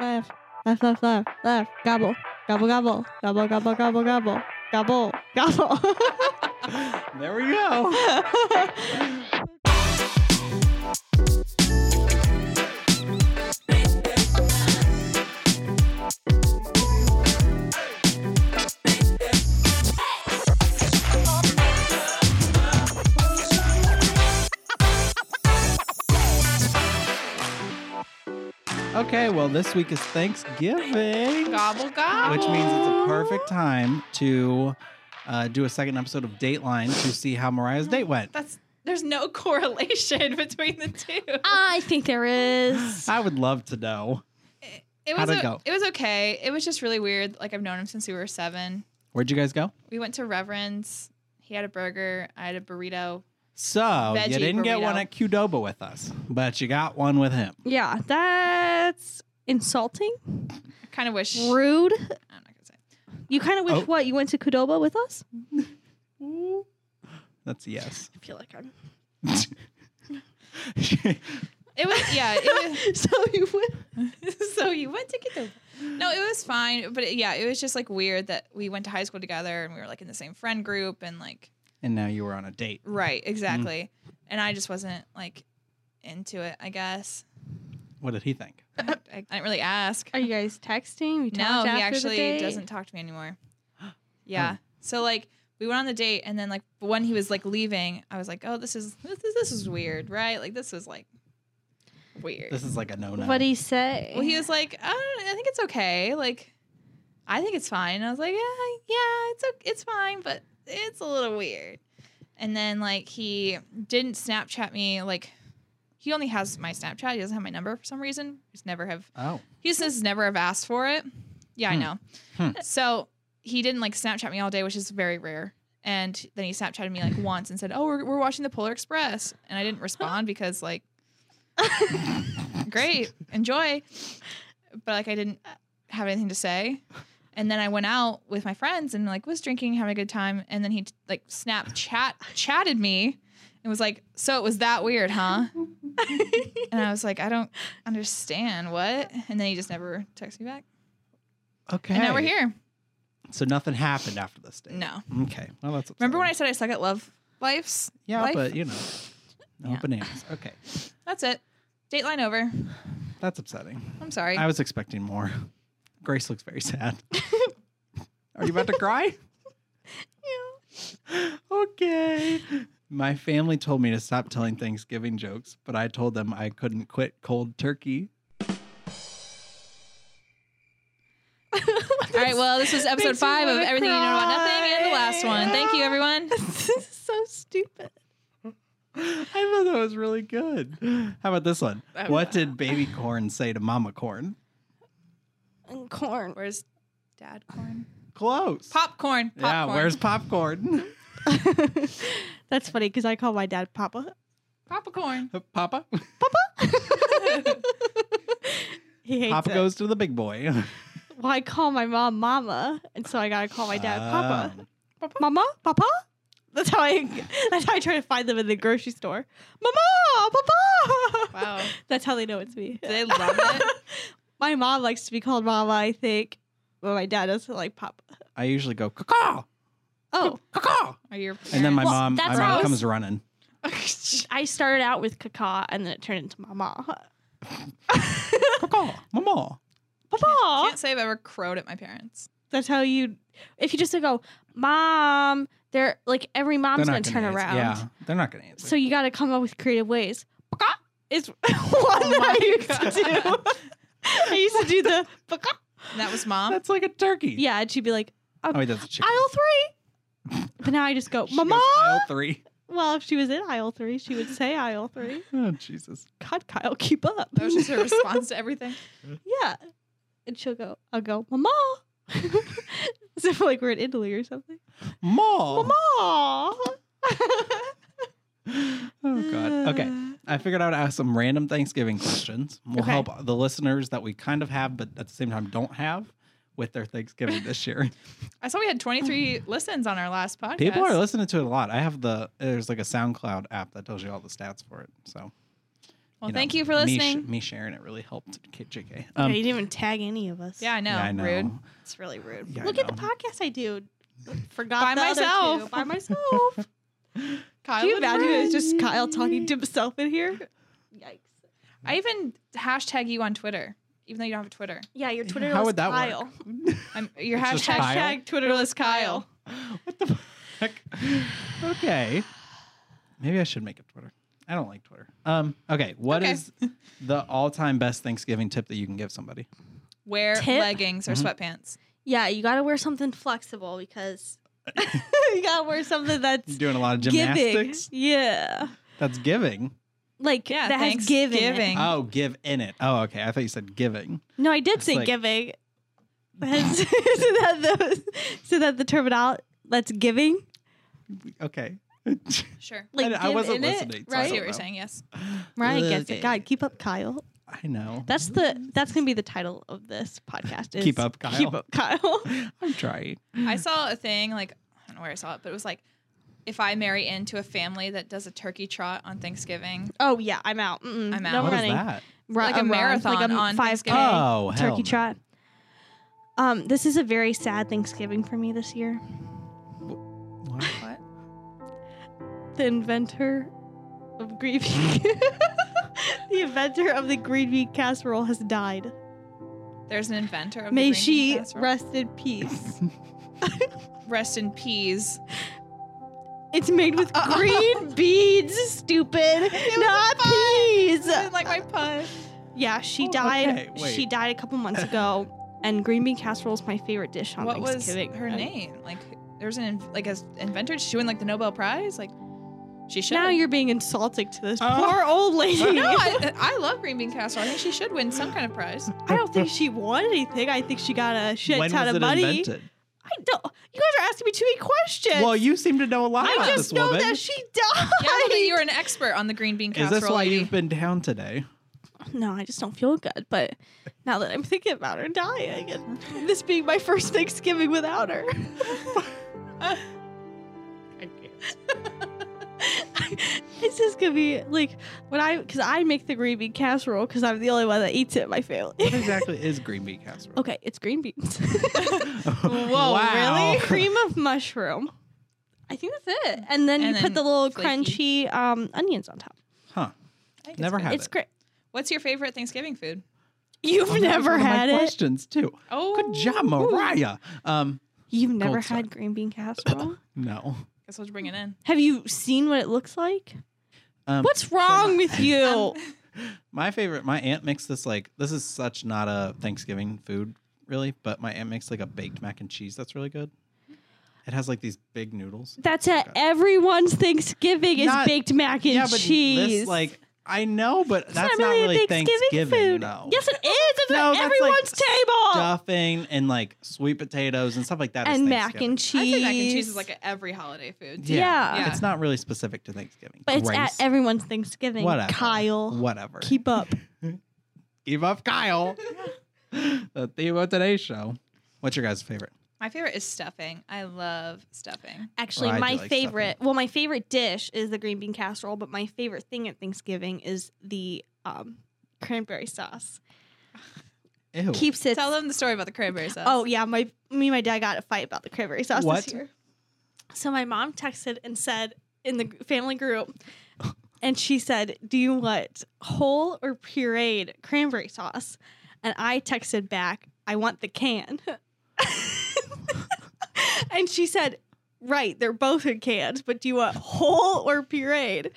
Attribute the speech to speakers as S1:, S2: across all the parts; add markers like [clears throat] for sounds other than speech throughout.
S1: Left, left, left, left, left. Gobble, gobble, gobble, gobble, gobble, gobble, gobble, gobble, gobble.
S2: there we go. Okay, well, this week is Thanksgiving,
S3: Gobble gobble.
S2: which means it's a perfect time to uh, do a second episode of Dateline to see how Mariah's date went.
S3: That's there's no [laughs] correlation [laughs] between the two.
S1: I think there is.
S2: I would love to know.
S3: It was
S2: How'd it
S3: o-
S2: go?
S3: it was okay. It was just really weird. Like I've known him since we were seven.
S2: Where'd you guys go?
S3: We went to Reverend's. He had a burger. I had a burrito.
S2: So,
S3: Veggie
S2: you didn't get
S3: burrito.
S2: one at Qdoba with us, but you got one with him.
S1: Yeah, that's insulting,
S3: I kind of wish. I'm
S1: rude.
S3: not gonna say. it.
S1: You kind of wish
S2: Oh.
S1: what? You went to Kudoba with us?
S2: That's a yes. [laughs]
S1: I feel like [laughs] I'm.
S3: It was yeah. It
S1: [laughs]
S3: was,
S1: so you went.
S3: [laughs] so you went to Qdoba. No, it was fine, but it, yeah, it was just like weird that we went to high school together and we were like in the same friend group and like
S2: and now you were on a date.
S3: right exactly. And I just wasn't like into it. I guess
S2: What did he think?
S3: I, I didn't really ask.
S1: Are you guys texting? You
S3: No, he actually doesn't talk to me anymore. Yeah. So like we went on the date and then like when he was like leaving, I was like, "Oh, this is this is, this is weird, right? Like this was like weird."
S2: This is like a Oh, no no.
S1: What do you say?
S3: well, he was like, I, don't, "I think it's okay. Like I think it's fine." And I was like, "Yeah, yeah, it's o- it's fine, but it's a little weird." And then like he didn't Snapchat me like he only has my Snapchat. He doesn't have my number for some reason. He's never have
S2: Oh,
S3: he says never have asked for it. Yeah, I
S2: Hmm.
S3: know.
S2: Hmm.
S3: So he didn't like Snapchat me all day, which is very rare. And then he Snapchatted me like once and said, "Oh, we're, we're watching the Polar Express," and I didn't respond because like, great, enjoy, but like I didn't have anything to say. And then I went out with my friends and like was drinking, having a good time. And then he like Snapchat chatted me and was like, "So it was that weird, huh?" and I was like, "I don't understand what." And then he just never texted me back.
S2: okay.
S3: And now we're here.
S2: So nothing happened after this date.
S3: No.
S2: Okay. Well, that's
S3: Remember when I
S2: upsetting.
S3: said I suck at love lives?
S2: Yeah,
S3: life?
S2: but
S1: [laughs]
S2: you know, no
S3: Yeah.
S2: bananas. Okay,
S3: That's it. Dateline over.
S2: that's upsetting.
S3: I'm sorry.
S2: I was expecting more. Grace looks very sad.
S1: [laughs]
S2: Are you about to cry? okay. My family told me to stop telling Thanksgiving jokes, but I told them I couldn't quit cold turkey. [gasps]
S3: All right.
S2: [laughs]
S3: Well, this was episode
S1: Makes me
S3: five of
S1: wanna
S3: Everything You Know About Nothing and the last one. Thank
S2: [laughs]
S3: you,
S1: [laughs]
S3: everyone.
S1: this is so stupid.
S2: I thought that was really good. How about this one?
S3: Oh,
S2: what
S3: wow.
S2: did baby corn say to mama corn?
S1: And corn.
S3: Where's dad corn?
S2: Close.
S3: Popcorn. Popcorn.
S2: Yeah, where's popcorn?
S1: [laughs] That's funny because I call my dad Papa.
S3: popcorn?
S2: [laughs] Papa?
S1: [laughs] He hates
S2: Papa
S1: it.
S2: goes to the big boy.
S1: well, I call my mom Mama, and so I gotta call my dad Papa.
S2: Um,
S1: Mama, Papa. That's how I. That's how I try to find them in the grocery store. Mama, Papa.
S3: Wow.
S1: [laughs] That's how they know it's me.
S3: Do they love it?
S1: [laughs] my mom likes to be called Mama, I think, but my dad doesn't like Papa.
S2: I usually go caw
S1: Oh,
S2: caw,
S3: Are your
S2: [laughs] and then my
S1: Well,
S2: mom, my
S1: that's
S2: mom
S1: how I was-
S2: comes running.
S3: [laughs] parents-
S1: I started out with Kaka, and then it turned into [laughs] Mama.
S2: Caw, mama.
S1: Papa.
S3: Can't say I've ever crowed at my parents.
S1: That's how you. If you just go, Mom, they're like every mom's
S2: They're
S1: gonna
S2: not
S1: turn
S2: answer.
S1: around.
S2: Yeah, they're not gonna answer.
S1: So you got to come up with creative ways. Paka is [laughs] one
S2: Oh
S1: that I used
S3: God.
S1: to do. I used to do the paka.
S3: And that was mom.
S2: that's like a turkey.
S1: Yeah, and she'd be like,
S2: Oh, wait, that's a chicken.
S1: aisle three. But now I just go,
S2: She goes,
S1: Mama.
S2: Aisle three. [laughs]
S1: Well, if she was in aisle three, she would say aisle three.
S2: Oh Jesus.
S1: God, Kyle, keep up.
S3: That
S2: [laughs]
S3: was just her response to everything.
S1: [laughs] yeah. And she'll go, I'll go, Mama. [laughs] As if like we're in Italy or something.
S2: Mall.
S1: Mama. [laughs]
S2: Oh God. Okay. I figured out how to ask some random Thanksgiving questions. We'll
S1: Okay.
S2: help the listeners that we kind of have, but at the same time don't have, with their Thanksgiving
S1: [laughs]
S2: this year.
S3: I saw we had 23 listens on our last podcast.
S2: People are listening to it a lot. I have the there's like a SoundCloud app that tells you all the stats for it. So
S3: Well,
S2: you know,
S3: thank you for
S2: me sh-
S3: listening.
S2: Me, sharing it really helped K- JK. Um,
S1: yeah, you didn't even tag any of us.
S3: yeah, I know.
S2: yeah, I know.
S3: Rude.
S1: it's really rude.
S2: Yeah, I
S1: Look at the
S2: know.
S1: podcast I do. Forgot
S3: By
S1: the other
S3: myself.
S1: two. By [laughs] myself.
S2: [laughs]
S3: Kyle,
S1: Can you
S3: would
S1: imagine
S3: rude.
S1: it's just Kyle talking to himself in here? Yikes.
S3: I even hashtag you on Twitter, even though you don't have a Twitter.
S1: Yeah, your Twitter
S2: How
S1: was
S2: would that
S1: Kyle.
S2: work?
S3: I'm, your
S2: It's just
S3: hashtag,
S2: Kyle?
S3: hashtag Twitterless Kyle.
S2: what the fuck? Okay. Maybe I should make a Twitter. I don't like Twitter. Um, okay. What
S3: Okay.
S2: is the all time best Thanksgiving tip that you can give somebody?
S3: Wear
S1: Tip?
S3: leggings or
S2: Mhm.
S3: sweatpants.
S1: Yeah, you gotta wear something flexible because [laughs] you gotta wear something that's
S2: Doing a lot of
S1: giving.
S2: gymnastics.
S1: Yeah.
S2: That's giving.
S1: Like
S3: Yeah,
S1: that has giving. in it.
S3: Thanksgiving.
S2: Oh, give in it. Oh, okay. I thought you said giving.
S1: No, I did
S2: It's
S1: say
S2: like-
S1: giving. [laughs] That's- isn't that the isn't that the terminology that's giving?
S2: Okay. [laughs]
S3: Sure.
S1: Like
S2: I- I
S1: give
S2: wasn't
S1: in
S2: listening,
S1: It,
S2: so I
S3: I
S1: right?
S3: see what
S2: don't
S3: you're
S2: know.
S3: saying.
S2: [laughs]
S3: Yes.
S1: Ryan
S2: Ugh,
S1: gets it. God, keep up, Kyle.
S2: I know.
S1: That's the that's gonna be the title of this podcast. Is
S2: Keep up, Kyle.
S1: Keep up, Kyle.
S2: I'm trying.
S3: I saw a thing, like, I don't know where I saw it, but it was like, if I marry into a family that does a turkey trot on Thanksgiving,
S1: [laughs] oh yeah, I'm out. Mm-mm,
S3: I'm
S1: No
S3: out.
S2: What is
S1: running.
S2: that?
S1: Ru-
S3: Like a
S1: run,
S3: marathon
S1: like a
S3: on
S1: 5K
S3: Thanksgiving.
S2: Oh, hell
S1: turkey
S2: no.
S1: trot. Um, this is a very sad Thanksgiving for me this year.
S2: What?
S3: what?
S1: The inventor of green
S2: [laughs]
S1: [laughs] the inventor of the green bean casserole has died.
S3: There's an inventor of
S1: May
S3: the green bean
S1: she
S3: casserole.
S1: rest in peace.
S3: rest in peas.
S1: It's made [laughs] with green beans, stupid, not peas.
S3: I didn't [laughs] like my pun.
S1: Yeah, she
S2: Oh,
S1: died.
S2: okay, wait.
S1: she died a couple months ago,
S2: [laughs]
S1: and green bean casserole is my favorite dish on
S3: What was
S1: Thanksgiving. Uh,
S3: her
S1: I-
S3: name? Like, there's an in- like as inventor. Did she win like the Nobel Prize? Like, she should.
S1: Now you're being insulting to this
S2: Oh.
S1: poor
S2: [laughs]
S1: old lady. [laughs]
S3: no, I, I love green bean casserole. I think she should win some kind
S1: [laughs]
S3: of prize.
S1: I don't think she won anything. I think she got a shit
S2: When
S1: ton
S2: was
S1: of
S2: it
S1: money.
S2: invented?
S1: I don't. You guys are asking me too many questions.
S2: Well, you seem to know a lot
S1: I
S2: about
S1: just
S2: this
S1: know
S2: woman.
S1: that she died.
S3: Yeah, I know that you're an expert on the green bean
S2: is
S3: casserole.
S2: this why
S3: lady.
S2: you've been down today?
S1: no, I just don't feel good. But now that I'm thinking about her dying and this being my first Thanksgiving without her, [laughs] it's just gonna be like when I, because I make the green bean casserole because I'm the only one that eats it in my
S2: What
S1: family. [laughs]
S2: exactly is green bean casserole? [laughs]
S1: okay, it's green beans.
S2: Whoa,
S1: really? Cream of mushroom. I think that's it. And then
S3: And
S1: you
S3: then
S1: put the little
S3: flaky.
S1: crunchy um, onions on top.
S2: Huh.
S3: I think it's
S2: Never
S3: good.
S2: had
S1: it's
S2: it.
S1: great.
S3: What's your favorite Thanksgiving food?
S1: You've
S2: Oh, that was
S1: never
S2: one of my
S1: had it.
S2: questions too.
S3: Oh,
S2: Good job, Mariah. Um,
S1: You've never
S2: Gold
S1: had
S2: star.
S1: green bean casserole?
S2: no.
S3: Guess I'll just bring it in.
S1: Have you seen what it looks like?
S2: Um,
S1: What's wrong with you?
S2: My favorite, my aunt makes this like this is such not a Thanksgiving food really, but my aunt makes like a baked mac and cheese that's really good. It has like these big noodles.
S1: That's at everyone's Thanksgiving is
S2: Not-
S1: baked mac and
S2: yeah, but
S1: cheese.
S2: this like I know, but that's not really, Thanksgiving, though.
S1: Yes, it is. It's
S2: No,
S1: at
S2: that's, like,
S1: everyone's table.
S2: Stuffing and like sweet potatoes and stuff like that. is
S1: And mac
S2: Thanksgiving.
S1: and
S3: I
S1: cheese.
S3: think mac and cheese is like a every holiday food.
S1: Yeah.
S3: Yeah.
S2: It's not really specific to Thanksgiving.
S1: but it's at
S2: Grace.
S1: everyone's Thanksgiving.
S2: Whatever.
S1: Kyle,
S2: Whatever.
S1: keep
S2: [laughs]
S1: up.
S2: Keep
S1: [laughs]
S2: up, Kyle. the theme of today's show. What's your guys' favorite?
S3: My favorite is stuffing. I love stuffing.
S1: Actually,
S2: Well, I do
S1: my
S2: like
S1: favorite. Well, my favorite dish is the green bean casserole, but my favorite thing at Thanksgiving is the um, cranberry sauce.
S2: Ew.
S1: Keeps it.
S3: Tell them the story about the cranberry sauce.
S1: Oh yeah, my me and my dad got in a fight about the cranberry sauce
S2: What?
S1: this year. So my mom texted and said in the gr- family group, and she said, "Do you want whole or pureed cranberry sauce?" And I texted back, "I want the can." [laughs] and she said, "Right, they're both in cans, but do you want whole or pureed?"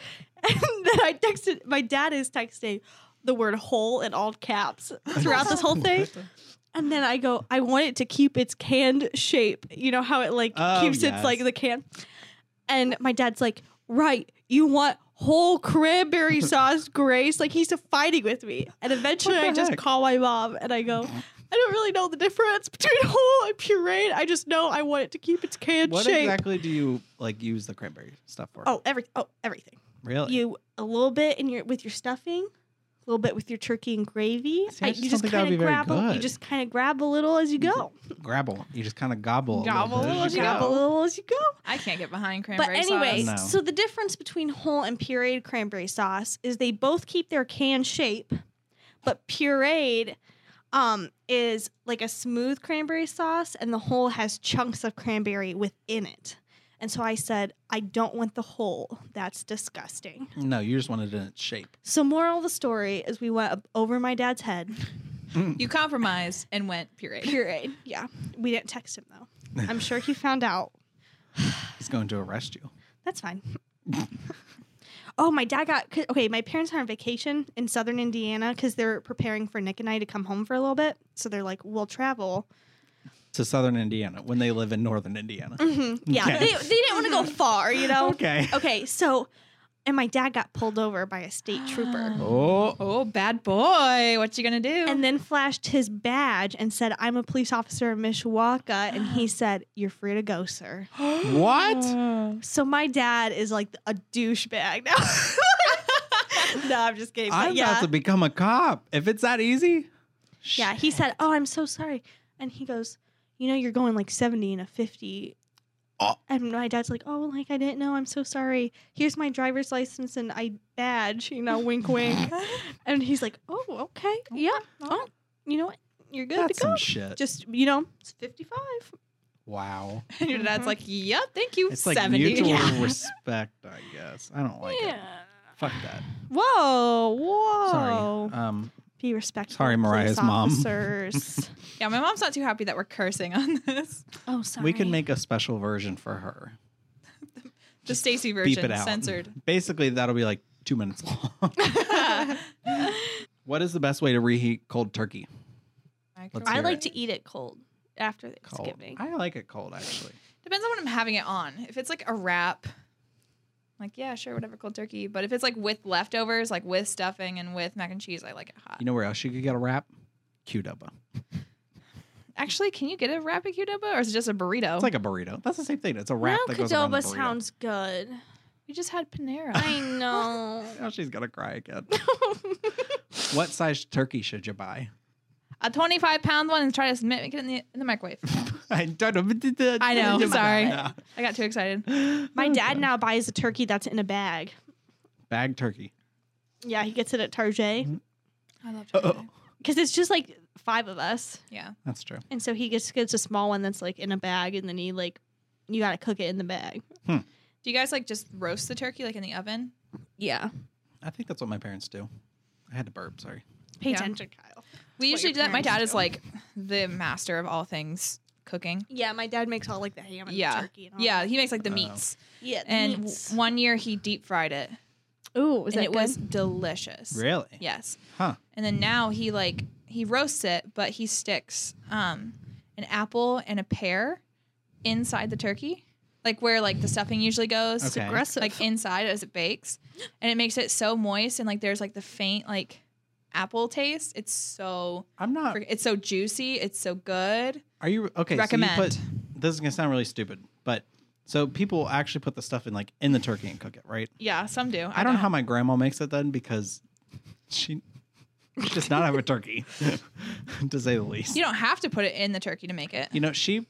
S1: And then I texted. My dad is texting the word "whole" in all caps throughout this whole thing. And then I go, I want it to keep its canned shape. You know how it like
S2: Oh,
S1: keeps
S2: yes.
S1: its like the can. And my dad's like, right, you want whole
S2: [laughs]
S1: cranberry sauce, Grace. Like he's fighting with me. And eventually
S2: What the
S1: I just
S2: heck?
S1: call my mom and I go, I don't really know the difference between whole and pureed. I just know I want it to keep its canned
S2: [laughs] What
S1: shape.
S2: exactly do you like use the cranberry stuff for?
S1: Oh, every oh everything.
S2: really?
S1: You a little bit in your with your stuffing, a little bit with your turkey and gravy.
S2: See, I
S1: Uh,
S2: just
S1: you
S2: don't
S1: just
S2: think that would
S1: kind of
S2: be very
S1: grab. A, you
S2: good. Mm-hmm.
S1: just kind of grab a little as you go.
S2: Grabble. You just kind of gobble.
S3: Gobble
S2: bit
S3: a little as you
S1: grab a
S3: go.
S1: little as you go.
S3: I can't get behind
S1: But
S3: cranberry
S1: anyway,
S2: No.
S3: sauce.
S1: so the difference between whole and pureed cranberry sauce is they both keep their can shape, but pureed um, is like a smooth cranberry sauce, and the whole has chunks of cranberry within it. And so I said, I don't want the whole. That's disgusting.
S2: No, you just wanted it in its shape.
S1: So moral of the story is we went up over my dad's head.
S3: You compromised and went pureed. [laughs]
S1: Pureed, yeah. We didn't text him though. I'm sure he found out.
S2: He's going to arrest you.
S1: That's fine. [laughs] oh, my dad got 'cause- okay. My parents are on vacation in southern Indiana because they're preparing for Nick and I to come home for a little bit. So they're like, we'll travel.
S2: To southern Indiana when they live in northern Indiana.
S1: Mm, Yeah,
S2: Okay.
S1: they, they didn't want to go far, you know.
S2: Mm-hmm. Okay.
S1: Okay, so and my dad got pulled over by a state trooper.
S2: [gasps] Oh,
S3: Oh, bad boy. What you gonna do?
S1: And then flashed his badge and said, I'm a police officer in Mishawaka. And
S2: [gasps]
S1: he said, You're free to go, sir.
S3: [gasps]
S1: [gasps] Mm,
S2: what?
S1: So my dad is like a douchebag now. [laughs] no, I'm just kidding. but
S2: I'm
S1: yeah.
S2: about to become a cop. If it's that easy.
S1: Yeah, he said, "Oh, I'm so sorry," and he goes, "You know, you're going like 70 and a 50."
S2: Oh.
S1: And my dad's like, "Oh, like I didn't know. I'm so sorry. Here's my driver's license and I badge. You know, wink,
S2: [laughs]
S1: wink." and he's like, "Oh, okay, yeah. Oh, you know what? You're good
S2: That's
S1: to go.
S2: some shit.
S1: Just you know, it's 55." [laughs]
S2: wow.
S3: [laughs] And your dad's
S1: Mhm.
S3: like, yep, thank you.
S2: It's like
S3: 70.
S2: mutual
S3: Yeah.
S2: respect, I guess. I don't like it.
S1: yeah.
S2: Fuck that.
S1: [laughs] Whoa, whoa.
S2: Sorry. Um,
S1: Be respectful.
S2: Sorry, Mariah's
S1: police
S2: mom. [laughs]
S1: officers.
S3: Yeah, my mom's not too happy that we're cursing on [laughs] this.
S1: oh, sorry.
S2: we can make a special version for her.
S3: The Stacy
S2: Beep
S3: version
S2: it out. [laughs]
S3: censored. [laughs]
S2: Basically, that'll be like two minutes
S1: [laughs]
S2: long. [laughs] what is the best way to reheat cold turkey? Let's
S1: I
S2: hear
S1: like
S2: it.
S1: to eat it cold after
S2: Cold.
S1: Thanksgiving.
S2: I like it cold, actually.
S3: Depends on what I'm having it on. If it's like a wrap, like yeah, sure, whatever, cold turkey. But if it's like with leftovers, like with stuffing and with mac and cheese, I like it hot.
S2: You know where else you could get a wrap? Qdoba.
S3: Actually, can you get a wrap at Qdoba or is it just a burrito?
S2: It's like a burrito. That's the same thing. It's a wrap
S1: now
S2: that goes around the
S1: Oh. Qdoba
S2: burrito. [laughs]
S1: sounds good.
S3: we just had Panera.
S1: I
S2: [laughs]
S1: know.
S2: Now Oh, she's gonna
S1: [laughs]
S2: cry again. what size turkey should you buy? [laughs]
S3: a 25 pound one and try to make it in the, in the microwave.
S2: I don't know.
S3: I know,
S2: [laughs]
S3: sorry.
S2: Yeah.
S3: I got too excited.
S1: My dad now buys a turkey that's in a bag.
S2: [laughs] Bag turkey.
S1: Yeah, he gets it at Target
S3: Mm-hmm. I love
S2: Uh-oh.
S3: Chipotle.
S1: because it's just like five of us,
S3: Yeah.
S2: That's true.
S1: and so he gets gets a small one that's like in a bag, and then he like you gotta cook it in the bag.
S3: Do you guys like just roast the turkey like in the oven?
S1: Yeah,
S2: I think that's what my parents do. I had to burp. Sorry.
S1: pay
S3: Yeah.
S1: attention, Kyle.
S3: We
S1: What
S3: usually
S1: your
S3: do that. My
S1: parents
S3: dad is
S1: do.
S3: like the master of all things cooking.
S1: Yeah, my dad makes all like the ham and
S3: Yeah.
S1: the turkey. And all
S3: Yeah,
S1: that.
S3: he makes like the
S2: Oh.
S3: meats.
S1: yeah. the
S3: And w-
S1: meats.
S3: one year he deep fried it.
S1: ooh, was
S3: and
S1: that
S3: it was delicious.
S2: Really?
S3: Yes.
S2: Huh.
S3: And then now he like he roasts it, but he sticks um an apple and a pear inside the turkey. Like where like the stuffing usually goes.
S2: Okay.
S1: aggressive?
S3: Like inside as it bakes. And it makes it so moist and like there's like the faint like apple taste. It's so
S2: I'm not.
S3: Frick- It's so juicy. It's so good.
S2: Are you okay?
S3: Recommend.
S2: So you put, this is gonna sound really stupid, but so people actually put the stuff in like in the turkey and cook it, right?
S3: Yeah, some do.
S2: I, don't know how my grandma makes it then because she does not have a turkey, [laughs] to say the least.
S3: You don't have to put it in the turkey to make it.
S2: You know, she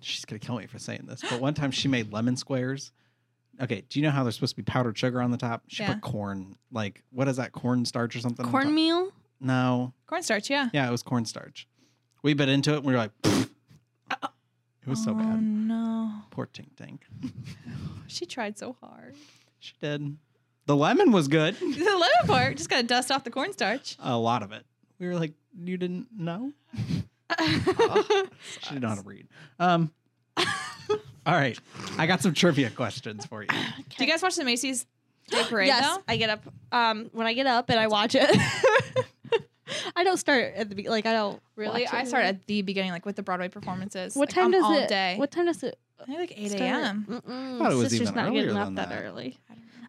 S2: she's gonna kill me for saying this, but one time she made lemon squares. Okay, do you know how they're supposed to be powdered sugar on the top? She
S3: Yeah.
S2: put corn, like what is that, corn starch or something? on top?
S1: cornmeal.
S2: No,
S3: Cornstarch, yeah.
S2: yeah, it was cornstarch. We bit into it and we were like, "Pfft." it was so
S3: Oh
S2: bad.
S3: no,
S2: Poor Tink Tink.
S3: she tried so hard. [laughs]
S2: She did. The lemon was good.
S3: the lemon part just gotta dust off the cornstarch.
S2: A lot of it. We were like, you didn't
S3: [laughs]
S2: know? She didn't know how to read. Um, [laughs] all right. I got some trivia questions for you.
S3: Do you guys watch the Macy's Day Parade
S1: yes,
S3: though?
S1: I get up. Um, when I get up and I watch it, [laughs] I don't start at the be- like I don't
S3: Really,
S1: watch
S3: I
S1: it.
S3: start at the beginning, like with the Broadway performances.
S1: What
S3: Like,
S1: time
S3: I'm
S1: does
S3: all
S1: it?
S3: Day.
S1: What time does it?
S3: I think like eight
S1: start?
S3: a.m.
S1: Mm-mm,
S2: thought it was
S1: Sister's
S2: even
S1: not
S2: earlier
S1: getting up
S2: than
S1: that,
S2: that.
S1: early.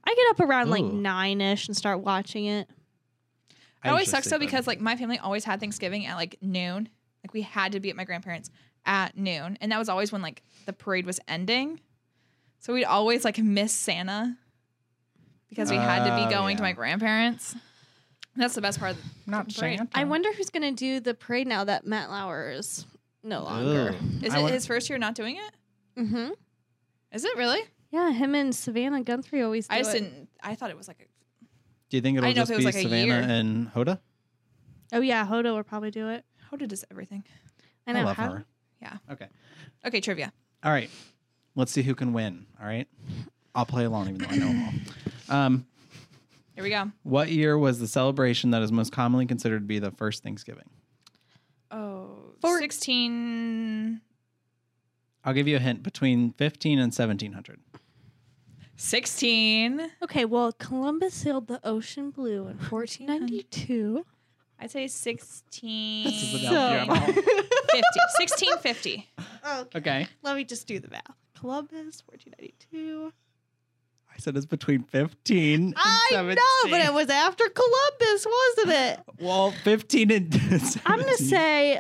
S1: I get up around like
S2: Ooh.
S1: nine ish and start watching it.
S3: It always
S2: usually
S3: sucks though
S2: sleep in.
S3: because like my family always had Thanksgiving at like noon. Like we had to be at my grandparents at noon, and that was always when like the parade was ending. So we'd always like miss Santa because we had to
S2: Oh,
S3: be going to
S2: yeah.
S3: my grandparents. That's the best part. Of the
S2: Not
S3: parade.
S2: Santa.
S1: I wonder who's gonna do the parade now that Matt Lauer is no longer.
S2: Ugh.
S3: Is
S2: I
S3: it
S2: wa-
S3: his first year not doing it?
S1: Mm-hmm.
S3: Is it really?
S1: Yeah, him and Savannah Guthrie always. Do
S3: I just
S1: it.
S3: didn't. I thought it was like a,
S2: do you think it'll
S3: I didn't know
S2: just
S3: if it
S2: be
S3: was like a year.
S2: Savannah and Hoda?
S1: Oh yeah, Hodo will probably do it.
S3: how did this everything?
S1: I know.
S2: love
S1: how-
S2: her.
S3: Yeah.
S2: Okay.
S3: Okay, trivia.
S2: All right. Let's see who can win. All right. I'll play along even though I know them all. Um,
S3: Here we go.
S2: what year was the celebration that is most commonly considered to be the first Thanksgiving?
S3: Oh,
S1: Four-
S3: 16,
S2: I'll give you a hint between 15 and 1700.
S3: 16.
S1: Okay, well, Columbus sailed the ocean blue in 1492.
S3: I'd say 16.
S2: [laughs] This is an
S1: So-
S2: Yeah, I'm out.
S1: [laughs]
S3: 50. 1650.
S1: okay.
S2: Okay.
S1: Oh, Let me just do the math. Columbus, 1492.
S2: I said it's between 15 and
S1: I
S2: 17.
S1: know, but it was after Columbus, wasn't it?
S2: Well, 15 and [laughs] 17.
S1: I'm going to say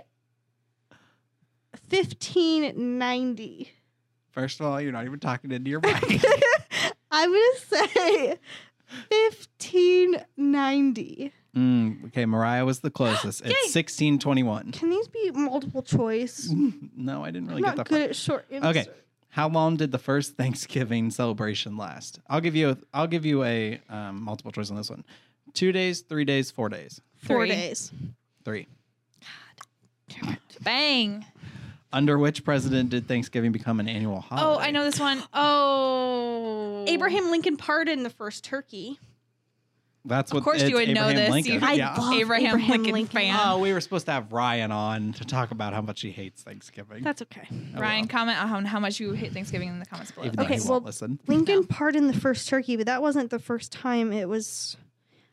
S1: 1590.
S2: First of all, you're not even talking into your
S1: [laughs]
S2: mic.
S1: I'm going to say 1590.
S2: mm, okay, Mariah was the closest.
S3: Yay.
S2: It's 1621.
S1: Can these be multiple choice?
S2: [laughs] No, I didn't really
S1: I'm
S2: get
S1: not
S2: that
S1: good
S2: far.
S1: at short
S2: Okay.
S1: answers.
S2: How long did the first Thanksgiving celebration last? I'll give you a, I'll give you a um, multiple choice on this one. Two days, three days, four days,
S1: Four
S3: Three.
S1: days.
S2: three.
S3: Bang.
S2: Under which president did Thanksgiving become an annual holiday?
S3: Oh, I know this one. Oh.
S1: Abraham Lincoln pardoned the first turkey.
S2: That's what.
S3: Of course
S2: it's
S3: you would know
S2: Abraham
S3: this.
S2: Lincoln.
S3: You-
S1: I
S2: yeah.
S3: [laughs]
S1: love
S3: Abraham
S1: Abraham
S3: Lincoln
S1: Lincoln.
S3: fan.
S2: Oh, we were supposed to have Ryan on to talk about how much he hates Thanksgiving.
S1: That's okay.
S2: Oh,
S3: Ryan, comment on how much you hate Thanksgiving in the comments
S2: well.
S3: below.
S1: Okay,
S2: Even though he
S1: well-
S2: won't listen.
S1: Lincoln pardoned the first turkey, but that wasn't the first time it was.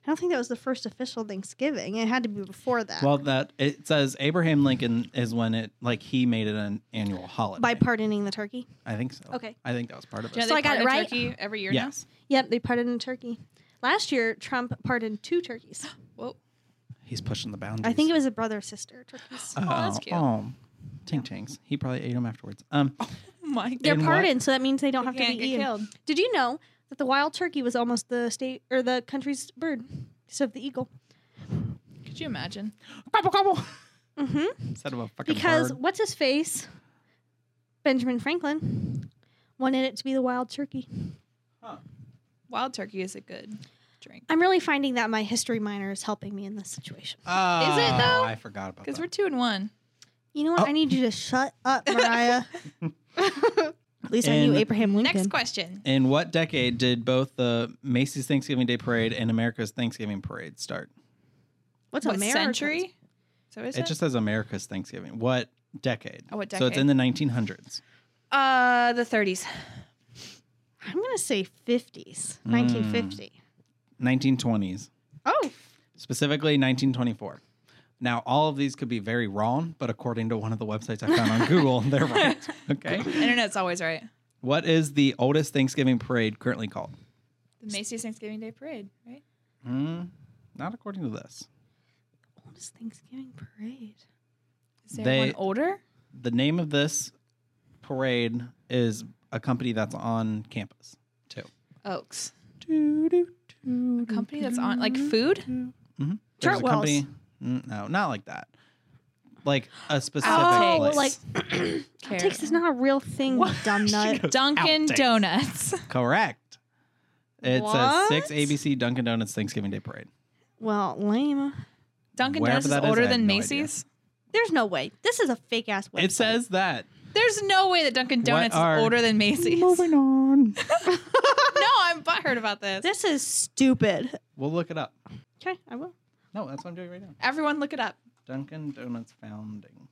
S1: I don't think that was the first official Thanksgiving. It had to be before that.
S2: Well, that it says Abraham Lincoln is when it like he made it an annual holiday.
S1: by pardoning the turkey.
S2: I think so.
S1: Okay.
S2: I think that was part of it.
S3: Do you know
S1: So
S3: they
S1: I got it
S3: pardon
S1: right?
S3: Turkey every year
S2: yes.
S1: Yep, they pardoned a turkey. Last year, Trump pardoned two turkeys.
S3: now. Whoa. Oh
S2: He's pushing the boundaries.
S1: [gasps] I think it was a brother or sister turkeys.
S2: Oh,
S3: that's cute. Oh,
S2: Oh, ting tings. He probably ate them afterwards. Um,
S3: my
S1: They're
S3: God.
S2: and what-
S1: pardoned, so that means they don't
S3: They
S1: have to
S3: can't
S1: be
S3: get
S1: eaten.
S3: killed.
S1: Did you know that the wild turkey was almost the state or the country's bird, except the eagle?
S3: Could you imagine?
S2: gobble gobble. [laughs]
S1: Mm-hmm.
S2: Instead of a fucking
S1: Because
S2: bird.
S1: what's his face? Benjamin Franklin wanted it to be the wild turkey.
S3: Wild turkey is a good drink.
S1: I'm really finding that my history minor is helping me in this situation.
S2: Oh,
S3: it, though?
S2: I forgot about
S3: Because
S2: that.
S3: we're two and one.
S1: You know what?
S2: Oh.
S1: I need you to shut up, [laughs] Mariah. At least I knew
S2: And-
S1: Abraham Lincoln.
S3: Next question.
S2: In what decade did both the Macy's Thanksgiving Day Parade and America's Thanksgiving Parade start?
S1: What's
S3: what
S1: America's-
S3: century? So is
S2: It just says America's Thanksgiving. What decade?
S3: Oh, what
S2: So it's
S3: decade?
S2: in the 1900s.
S3: uh the 30s.
S1: I'm gonna say 50s, 1950.
S2: 1920s.
S1: Oh,
S2: specifically 1924. Now, all of these could be very wrong, but according to one of the websites I found on
S3: [laughs]
S2: Google, they're right. Okay.
S3: Internet's always right.
S2: What is the oldest Thanksgiving parade currently called?
S3: The Macy's Thanksgiving Day Parade, right?
S2: Hmm, not according to this.
S1: oldest Thanksgiving parade.
S3: Is there
S2: They-
S3: one older?
S2: The name of this parade is a company that's on campus, too.
S3: Oaks.
S2: A
S3: Company that's on like food?
S2: There's a
S1: Chartwells.
S2: company. Mm, No, not like that. Like a specific
S3: Oh,
S2: place.
S1: like- [clears throat]
S3: Care.
S1: Texas is not a real thing,
S2: [laughs]
S1: you dumb
S2: She
S1: nut.
S2: goes,
S3: Dunkin'
S2: "Outtakes."
S3: Donuts. [laughs]
S2: Correct. It
S1: What?
S2: says six ABC Dunkin' Donuts Thanksgiving Day Parade.
S1: well, lame.
S3: Dunkin'
S2: Wherever
S3: Donuts is
S2: that is, I
S3: older
S2: have
S3: than
S2: no idea.
S3: Macy's.
S1: There's no way. This is a fake ass website.
S2: It says that.
S3: There's no way that Dunkin' Donuts
S2: are-
S3: is older than Macy's. [laughs] no,
S2: on.
S3: I'm butthurt about this.
S1: this is stupid.
S2: we'll look it up.
S1: Okay, I will.
S2: No, that's what I'm doing right now.
S3: Everyone look it up.
S2: Dunkin' Donuts founding.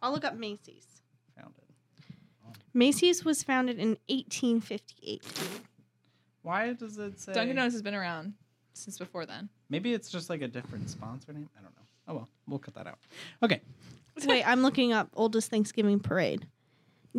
S1: I'll look up Macy's.
S2: Founded.
S1: Macy's was founded in 1858. [laughs]
S2: Why does it say?
S3: Dunkin' Donuts has been around since before then.
S2: Maybe it's just like a different sponsor name. I don't know. Oh well, we'll cut that out. Okay.
S1: Wait, I'm looking up oldest Thanksgiving parade.